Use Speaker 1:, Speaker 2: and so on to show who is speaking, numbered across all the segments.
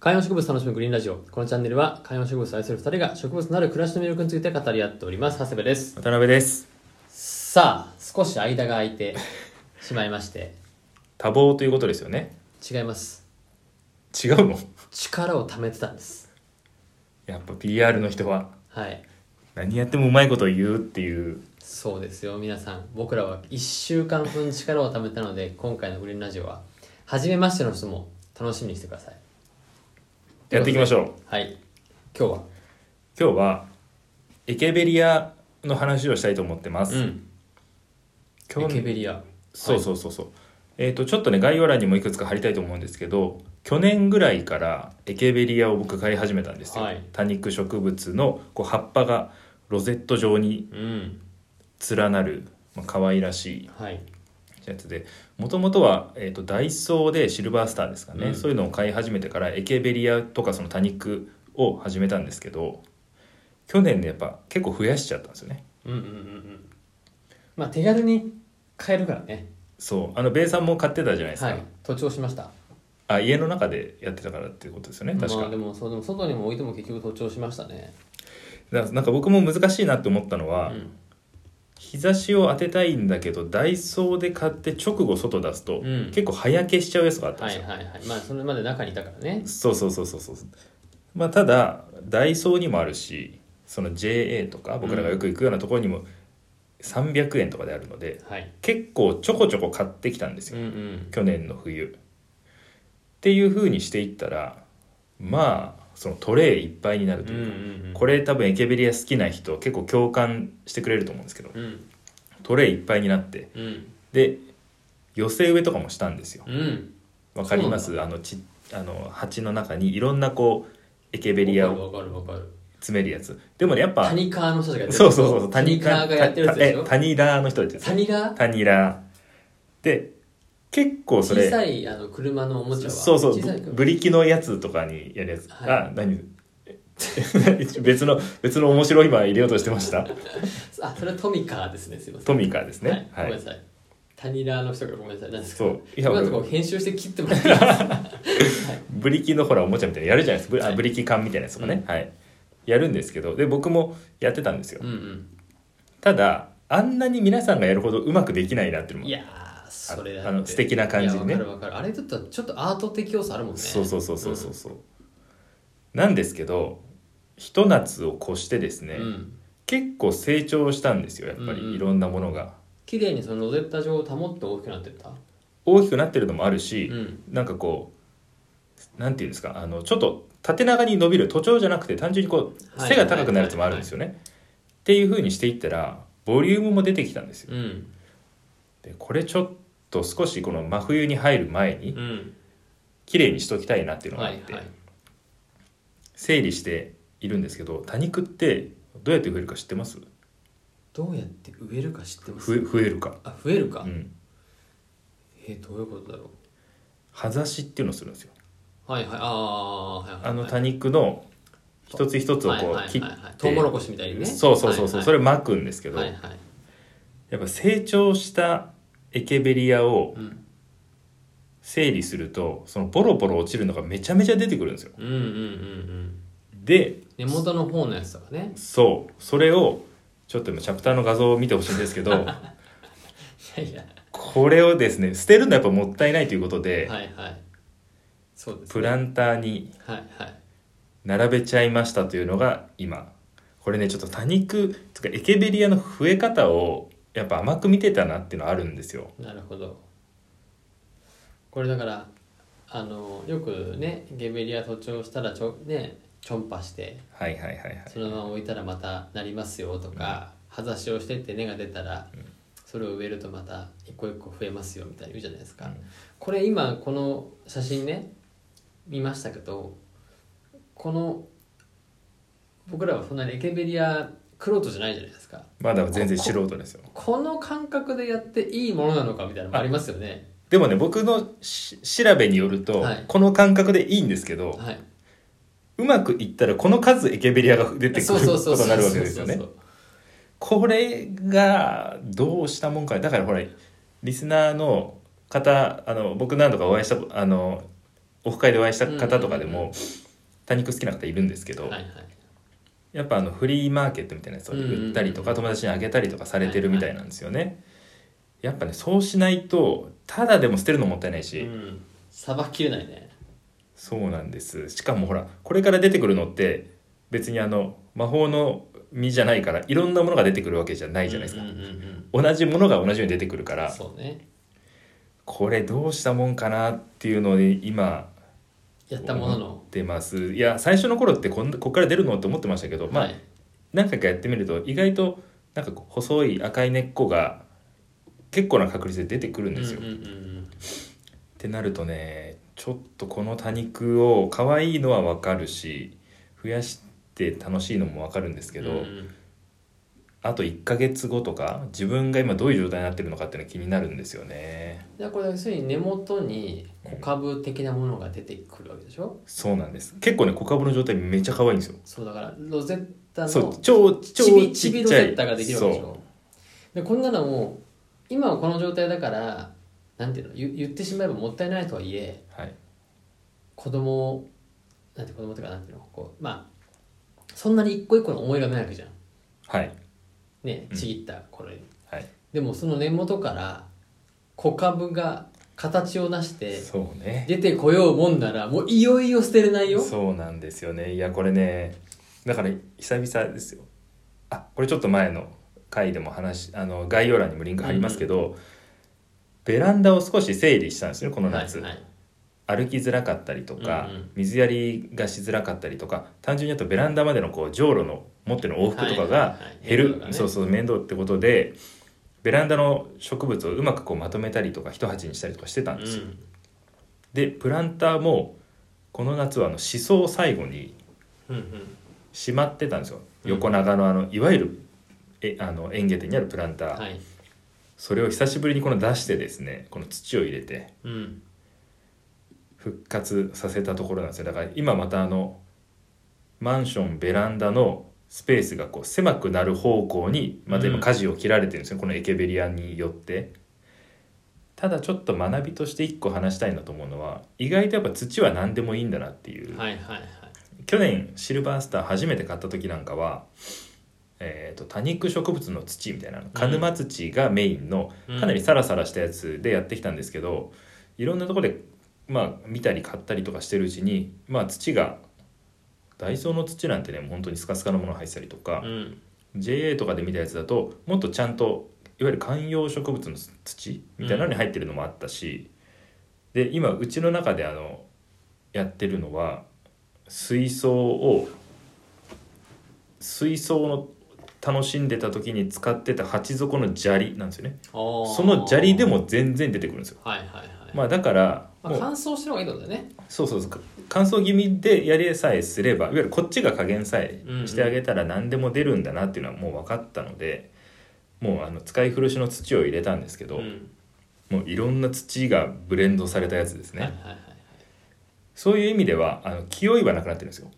Speaker 1: 観葉植物楽しむグリーンラジオ。このチャンネルは観葉植物を愛する二人が植物のある暮らしの魅力について語り合っております。長谷部です。
Speaker 2: 渡辺です
Speaker 1: さあ、少し間が空いてしまいまして、
Speaker 2: 多忙ということですよね
Speaker 1: 違います。
Speaker 2: 違うの
Speaker 1: 力を貯めてたんです。
Speaker 2: やっぱ PR の人は
Speaker 1: はい。
Speaker 2: 何やってもうまいこと言うっていう
Speaker 1: そうですよ、皆さん。僕らは1週間分力を貯めたので、今回のグリーンラジオは、初めましての人も楽しみにしてください。
Speaker 2: やっていきましょう
Speaker 1: はい。今日は、
Speaker 2: 今日はエケベリアの話をしたいと思ってます、
Speaker 1: うん。
Speaker 2: 興
Speaker 1: エ
Speaker 2: 味
Speaker 1: ケベリア。
Speaker 2: そうそうそうそう、えっ、とちょっとね概要欄にもいくつか貼りたいと思うんですけど去年ぐらいからエケベリアを僕買い始めたんですよ、
Speaker 1: はい
Speaker 2: 多肉植物のこう葉っぱがロゼット状に
Speaker 1: うん。
Speaker 2: 連なる、まあ、可愛らしい
Speaker 1: はい。
Speaker 2: やつでもともとは、えー、とダイソーでシルバースターですかね、
Speaker 1: うん
Speaker 2: そういうのを買い始めてからエケベリアとかその多肉を始めたんですけど去年ねやっぱ結構増やしちゃったんですよね
Speaker 1: うんうんうんうん。まあ、手軽に買えるからね。
Speaker 2: そうあのベイさんも買ってたじゃないですか、
Speaker 1: はい。徒長しました。
Speaker 2: あ家の中でやってたからっていうことですよね確か、
Speaker 1: まあ、でも、そう、でも外にも置いても結局徒長しましたね。
Speaker 2: だからなんか僕も難しいなって思ったの
Speaker 1: う
Speaker 2: は、
Speaker 1: ん。
Speaker 2: 日差しを当てたいんだけどダイソーで買って直後外出すと、
Speaker 1: うん
Speaker 2: 結構早消しちゃうやつがあったん
Speaker 1: は
Speaker 2: です
Speaker 1: い
Speaker 2: よ、
Speaker 1: はいはい。まあ、それまで中にいたからね。
Speaker 2: そうそうそうそうそうまあただダイソーにもあるしその JA とか僕らがよく行くようなところにも300円とかであるので、
Speaker 1: はい。
Speaker 2: 結構ちょこちょこ買ってきたんです
Speaker 1: う
Speaker 2: よ、
Speaker 1: んうん。
Speaker 2: 去年の冬っていう風にしていったらまあそのトレイいっぱいになる
Speaker 1: う
Speaker 2: と
Speaker 1: んう
Speaker 2: いうか、
Speaker 1: んうん。
Speaker 2: これ多分エケベリア好きな人結構共感してくれると思うんですけど
Speaker 1: うん。
Speaker 2: トレイいっぱいになって
Speaker 1: うん。
Speaker 2: で寄せ植えとかもしたんですよ
Speaker 1: うん。
Speaker 2: わかりますあのちあの鉢の中にいろんなこうエケベリアを
Speaker 1: わかるわかるわかる。
Speaker 2: 詰めるやつでもねやっぱ
Speaker 1: タニカーの人たちがやってる
Speaker 2: そうそうそう
Speaker 1: タニカーがやってるやつでしょ
Speaker 2: タニラーの人たちです
Speaker 1: タニラー
Speaker 2: タニラーで結構そ
Speaker 1: 小
Speaker 2: れ
Speaker 1: さいあの車のおもちゃは
Speaker 2: そうそう
Speaker 1: 小さい
Speaker 2: ブブリキのやつとかにやるやつ、
Speaker 1: はい
Speaker 2: あ何 別の別の面白い今入れようとしてました
Speaker 1: あそれはトミカーですねすいません
Speaker 2: トミカですね
Speaker 1: は、
Speaker 2: はいい、
Speaker 1: ごめんなさいタニラーの人がごめんなさいなんですか
Speaker 2: そういや
Speaker 1: 今のところ編集して切ってもらっていいで すかはい
Speaker 2: ブリキのほらおもちゃみたいなのやるじゃないですかブ,あ、
Speaker 1: はい
Speaker 2: ブリキ缶みたいなやつとかね、はいやるんですけどで僕もやってたんですよ、
Speaker 1: うんうん
Speaker 2: ただあんなに皆さんがやるほどうまくできないなっていうのも
Speaker 1: いやーそれだって
Speaker 2: あの素敵な感じでね
Speaker 1: いやわかるわかるあれちょっとちょっとアート的要素あるもんね
Speaker 2: そうそうそうそうそうそうなんですけどひと夏を越してですね、
Speaker 1: うん
Speaker 2: 結構成長したんですよやっぱ
Speaker 1: うんうん
Speaker 2: りいろんなものが、
Speaker 1: 綺麗にそのロゼッタ状を保って大きくなってった
Speaker 2: 大きくなってるのもあるし、
Speaker 1: うん
Speaker 2: なんかこうなんていうんですかあのちょっと縦長に伸びる徒長じゃなくて単純にこう
Speaker 1: はい
Speaker 2: 背が高くなるやつもあるんですよね、っていう風にしていったらボリュームも出てきたんですよ
Speaker 1: うん
Speaker 2: でこれちょっと少しこの真冬に入る前に
Speaker 1: うん
Speaker 2: 綺麗にしときたいなっていうのが
Speaker 1: は
Speaker 2: あっ
Speaker 1: い
Speaker 2: て、
Speaker 1: はい
Speaker 2: 整理しているんですけど多肉ってどうやって増えるか知ってます
Speaker 1: どうやって植えるか知ってます
Speaker 2: 増え増えるか、
Speaker 1: あ増えるか、
Speaker 2: うん、
Speaker 1: えー、どういうことだろ
Speaker 2: 葉ざしっていうのをするんですよ
Speaker 1: うはいはいああはいはいはい
Speaker 2: あの多肉の一つ一つをこ
Speaker 1: はいうは
Speaker 2: 切
Speaker 1: い
Speaker 2: っ
Speaker 1: はいはい
Speaker 2: て
Speaker 1: トウモロコシみたいにね
Speaker 2: そうそうそうそうそ
Speaker 1: れ
Speaker 2: れ巻くんですけど
Speaker 1: はい
Speaker 2: や
Speaker 1: はい
Speaker 2: っぱ成長したエケベリアを
Speaker 1: うん
Speaker 2: 整理するとそのボロボロ落ちるのがめちゃめちゃ出てくるんですよ
Speaker 1: うんうんうんうん
Speaker 2: で
Speaker 1: 根元の方のやつとかね
Speaker 2: そうそれをちょっと今チャプターの画像を見てほしいんですけ ど
Speaker 1: いやいや
Speaker 2: これをですね捨てるのはやっぱもったいないということで、
Speaker 1: はいはいそうです
Speaker 2: プランターに
Speaker 1: はいはい
Speaker 2: 並べちゃいましたというのが今これねちょっと多肉とかエケベリアの増え方をやっぱ甘く見てたなっていうのはあるんですよ
Speaker 1: なるほどこれだからあのよくねゲベリア徒長したらちょねちょんぱして
Speaker 2: はいはいはいはい
Speaker 1: そのまま置いたらまたなりますよとか、葉差しをしてって根が出たら、それを植えるとまた一個一個増えますよみたいに言うじゃないですか、
Speaker 2: うん
Speaker 1: これ今この写真ね見ましたけどこの僕らはそんなにエケベリアクロートじゃないじゃないですか
Speaker 2: まだ全然素人ですよ
Speaker 1: この感覚でやっていいものなのかみたいなのもありますよね
Speaker 2: でもね僕のし調べによると、
Speaker 1: はい
Speaker 2: この感覚でいいんですけど、
Speaker 1: はいう
Speaker 2: まくいったらこの数エケベリアが出てく
Speaker 1: そう
Speaker 2: る
Speaker 1: そう
Speaker 2: こ
Speaker 1: そうそ
Speaker 2: と
Speaker 1: う
Speaker 2: になる
Speaker 1: そ
Speaker 2: わ
Speaker 1: う
Speaker 2: け
Speaker 1: そう
Speaker 2: です
Speaker 1: そ
Speaker 2: よ
Speaker 1: う
Speaker 2: ねこれがどうしたもんかだからほらリスナーの方あの僕何度かお会いしたあのオフ会でお会いした方とかでも多肉好きな方いるんですけど、
Speaker 1: はいはい
Speaker 2: やっぱあのフリーマーケットみたいなやつを売ったりとか、友達にあげたりとかされてるみたいなんですよね、やっぱねそうしないとただでも捨てるのもったいないし、
Speaker 1: うんさばきれないね
Speaker 2: そうなんですしかもほらこれから出てくるのって別にあの魔法の実じゃないからいろんなものが出てくるわけじゃないじゃないですか、
Speaker 1: うんうんうん
Speaker 2: 同じものが同じように出てくるか
Speaker 1: うん
Speaker 2: ら
Speaker 1: そうね
Speaker 2: これどうしたもんかなっていうので今
Speaker 1: やったものの
Speaker 2: 出ますいや最初の頃ってこんこっから出るのって思ってましたけど、まあ
Speaker 1: はい
Speaker 2: 何回かやってみると意外となんかこう細い赤い根っこが結構な確率で出てくるんですよ。
Speaker 1: うんうんうん
Speaker 2: ってなるとねちょっとこの多肉を可愛いのは分かるし増やして楽しいのも分かるんですけど、
Speaker 1: うんうん
Speaker 2: あと1ヶ月後とか自分が今どういう状態になってるのかっていうのが気になるんですよね。
Speaker 1: じゃあこれ要するに根元に小株的なものが出てくるわけでしょ
Speaker 2: そうなんです結構ね小株の状態めっちゃ可愛いんですよ。
Speaker 1: そうだからロゼッタの
Speaker 2: そう超超
Speaker 1: ちび
Speaker 2: ち
Speaker 1: ち
Speaker 2: っ
Speaker 1: びロ
Speaker 2: ち
Speaker 1: ゼ
Speaker 2: ゃ
Speaker 1: ッ
Speaker 2: い
Speaker 1: タができるわけでしょでこんなのも今はこの状態だからなんていうの言言ってしまえばもったいないとはいえ
Speaker 2: そうはい
Speaker 1: 子供をなんて子供とかなんていうのこうまあそんなに一個一個の思いがないわけじゃん
Speaker 2: はい
Speaker 1: ね
Speaker 2: うん
Speaker 1: ちぎったこれ、
Speaker 2: はい
Speaker 1: でもその根元から小株が形をなして
Speaker 2: そうね
Speaker 1: 出てこようもんならもういよいよ捨てれないよ
Speaker 2: そうなんですよねいやこれねだから久々ですよあこれちょっと前の回でも話あの概要欄にもリンク貼りますけど、ベランダを少し整理したんですよこの夏、
Speaker 1: はいはい
Speaker 2: 歩きづらかったりとか、
Speaker 1: うんうん
Speaker 2: 水やりがしづらかったりとか単純に言うとベランダまでのこう上路の持ってる往復とか
Speaker 1: はい
Speaker 2: が
Speaker 1: はいはい
Speaker 2: 減る、
Speaker 1: 面倒がね
Speaker 2: そうそう面倒ってことでベランダの植物をうまくこうまとめたりとか一鉢にしたりとかしてたんですよ、
Speaker 1: うん
Speaker 2: でプランターもこの夏はあのシソを最後に
Speaker 1: うんうん
Speaker 2: しまってたんですよ
Speaker 1: うん
Speaker 2: 横長のあのいわゆるえあの園芸店にあるプランター、
Speaker 1: はい
Speaker 2: それを久しぶりにこの出してですねこの土を入れて
Speaker 1: うん
Speaker 2: 復活させたところなんですよだから今またあのマンションベランダのスペースがこう狭くなる方向にまた今
Speaker 1: うん
Speaker 2: 舵を切られてるんですよ、このエケベリアによってただちょっと学びとして一個話したいなと思うのは意外とやっぱ土は何でもいいんだなっていう、
Speaker 1: はいはいはい
Speaker 2: 去年シルバースター初めて買った時なんかは、えー、と多肉植物の土みたいなの鹿沼土がメインの
Speaker 1: うん
Speaker 2: かなりサラサラしたやつでやってきたんですけど、いろんなとこで、まあ、見たり買ったりとかしてるうちに、まあ、土がダイソーの土なんてねもう本当にスカスカのもの入ってたりとか
Speaker 1: う、ん
Speaker 2: JA とかで見たやつだともっとちゃんといわゆる観葉植物の土みたいなのに入ってるのもあったし、で今うちの中であのやってるのは水槽を水槽の楽しんでた時に使ってた鉢底の砂利なんですよねそ
Speaker 1: そ
Speaker 2: の砂利でも全然出てくるんですよ
Speaker 1: はいはいはい、ま
Speaker 2: まあだから
Speaker 1: あ
Speaker 2: もう
Speaker 1: 乾燥してる方がいいってことだよね
Speaker 2: そうそうそう乾燥気味でやりさえすればいわゆるこっちが加減さえしてあげたら何でも出るんだなっていうのはもう分かったのでもうあの使い古しの土を入れたんですけど、
Speaker 1: うん
Speaker 2: もういろんな土がブレンドされたやつですね、
Speaker 1: はいはいはい
Speaker 2: そういう意味ではあの気負いはなくなってるんですよ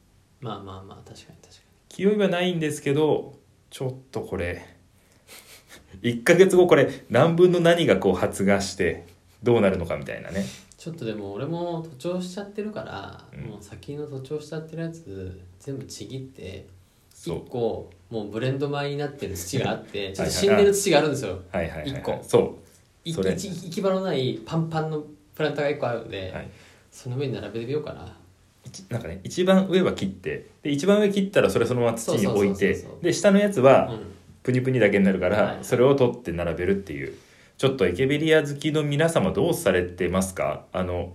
Speaker 1: まあまあまあ確かに確か
Speaker 2: 気負いはないんですけどちょっとこれ1ヶ月後これ何分の何がこう発芽してどうなるのかみたいなね
Speaker 1: にちょっとでも俺も徒長しちゃってるから、
Speaker 2: うん
Speaker 1: もう先の徒長しちゃってるやつ全部ちぎって
Speaker 2: そう
Speaker 1: 一個もうブレンド米になってる土があってちょっ
Speaker 2: はい
Speaker 1: と死んでる土があるんですよ
Speaker 2: はいはいはい、はい
Speaker 1: 一個
Speaker 2: そ
Speaker 1: い
Speaker 2: それ
Speaker 1: 一行き場のないパンパンのプランターが一個あるんで、
Speaker 2: う、はい、
Speaker 1: その上に並べてみようかな
Speaker 2: 一なんかね一番上は切ってで一番上切ったらそれそのまま土に置
Speaker 1: そう
Speaker 2: い
Speaker 1: そう
Speaker 2: て
Speaker 1: そうそう
Speaker 2: で下のやつは
Speaker 1: うん
Speaker 2: プニプニだけになるから、
Speaker 1: はい
Speaker 2: それを取って並べるっていうちょっとエケベリア好きの皆様どうされてますかあの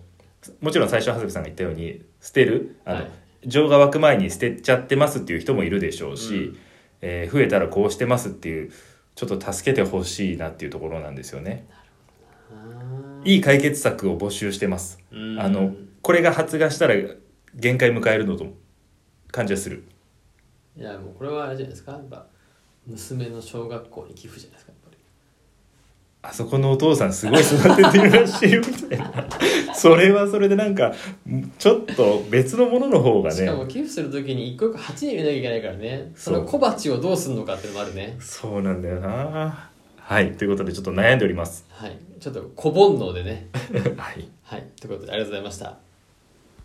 Speaker 2: もちろん最初長谷部さんが言ったように捨てるあの、
Speaker 1: はい
Speaker 2: 情が湧く前に捨てちゃってますっていう人もいるでしょうし、
Speaker 1: うん
Speaker 2: えー増えたらこうしてますっていうちょっと助けてほしいなっていうところなんですよね。
Speaker 1: あー
Speaker 2: いい解決策を募集してます。
Speaker 1: うん
Speaker 2: あのこれが発芽したら限界迎えるのと感じはする
Speaker 1: いやもうこれはあれじゃないですかやっぱ娘の小学校に寄付じゃないですかやっぱり
Speaker 2: あそこのお父さんすごい育ててるらしいよみたいな それはそれでなんかちょっと別のものの方が
Speaker 1: しかも
Speaker 2: ね
Speaker 1: 寄付するときに一個一個鉢に入れなきゃいけないからねそ
Speaker 2: そ
Speaker 1: の
Speaker 2: う
Speaker 1: 小鉢をどうするのかっていうのもあるね
Speaker 2: そうなんだよなはいということでちょっと悩んでおります
Speaker 1: はいちょっと小煩悩でね
Speaker 2: はい
Speaker 1: はいということでありがとうございました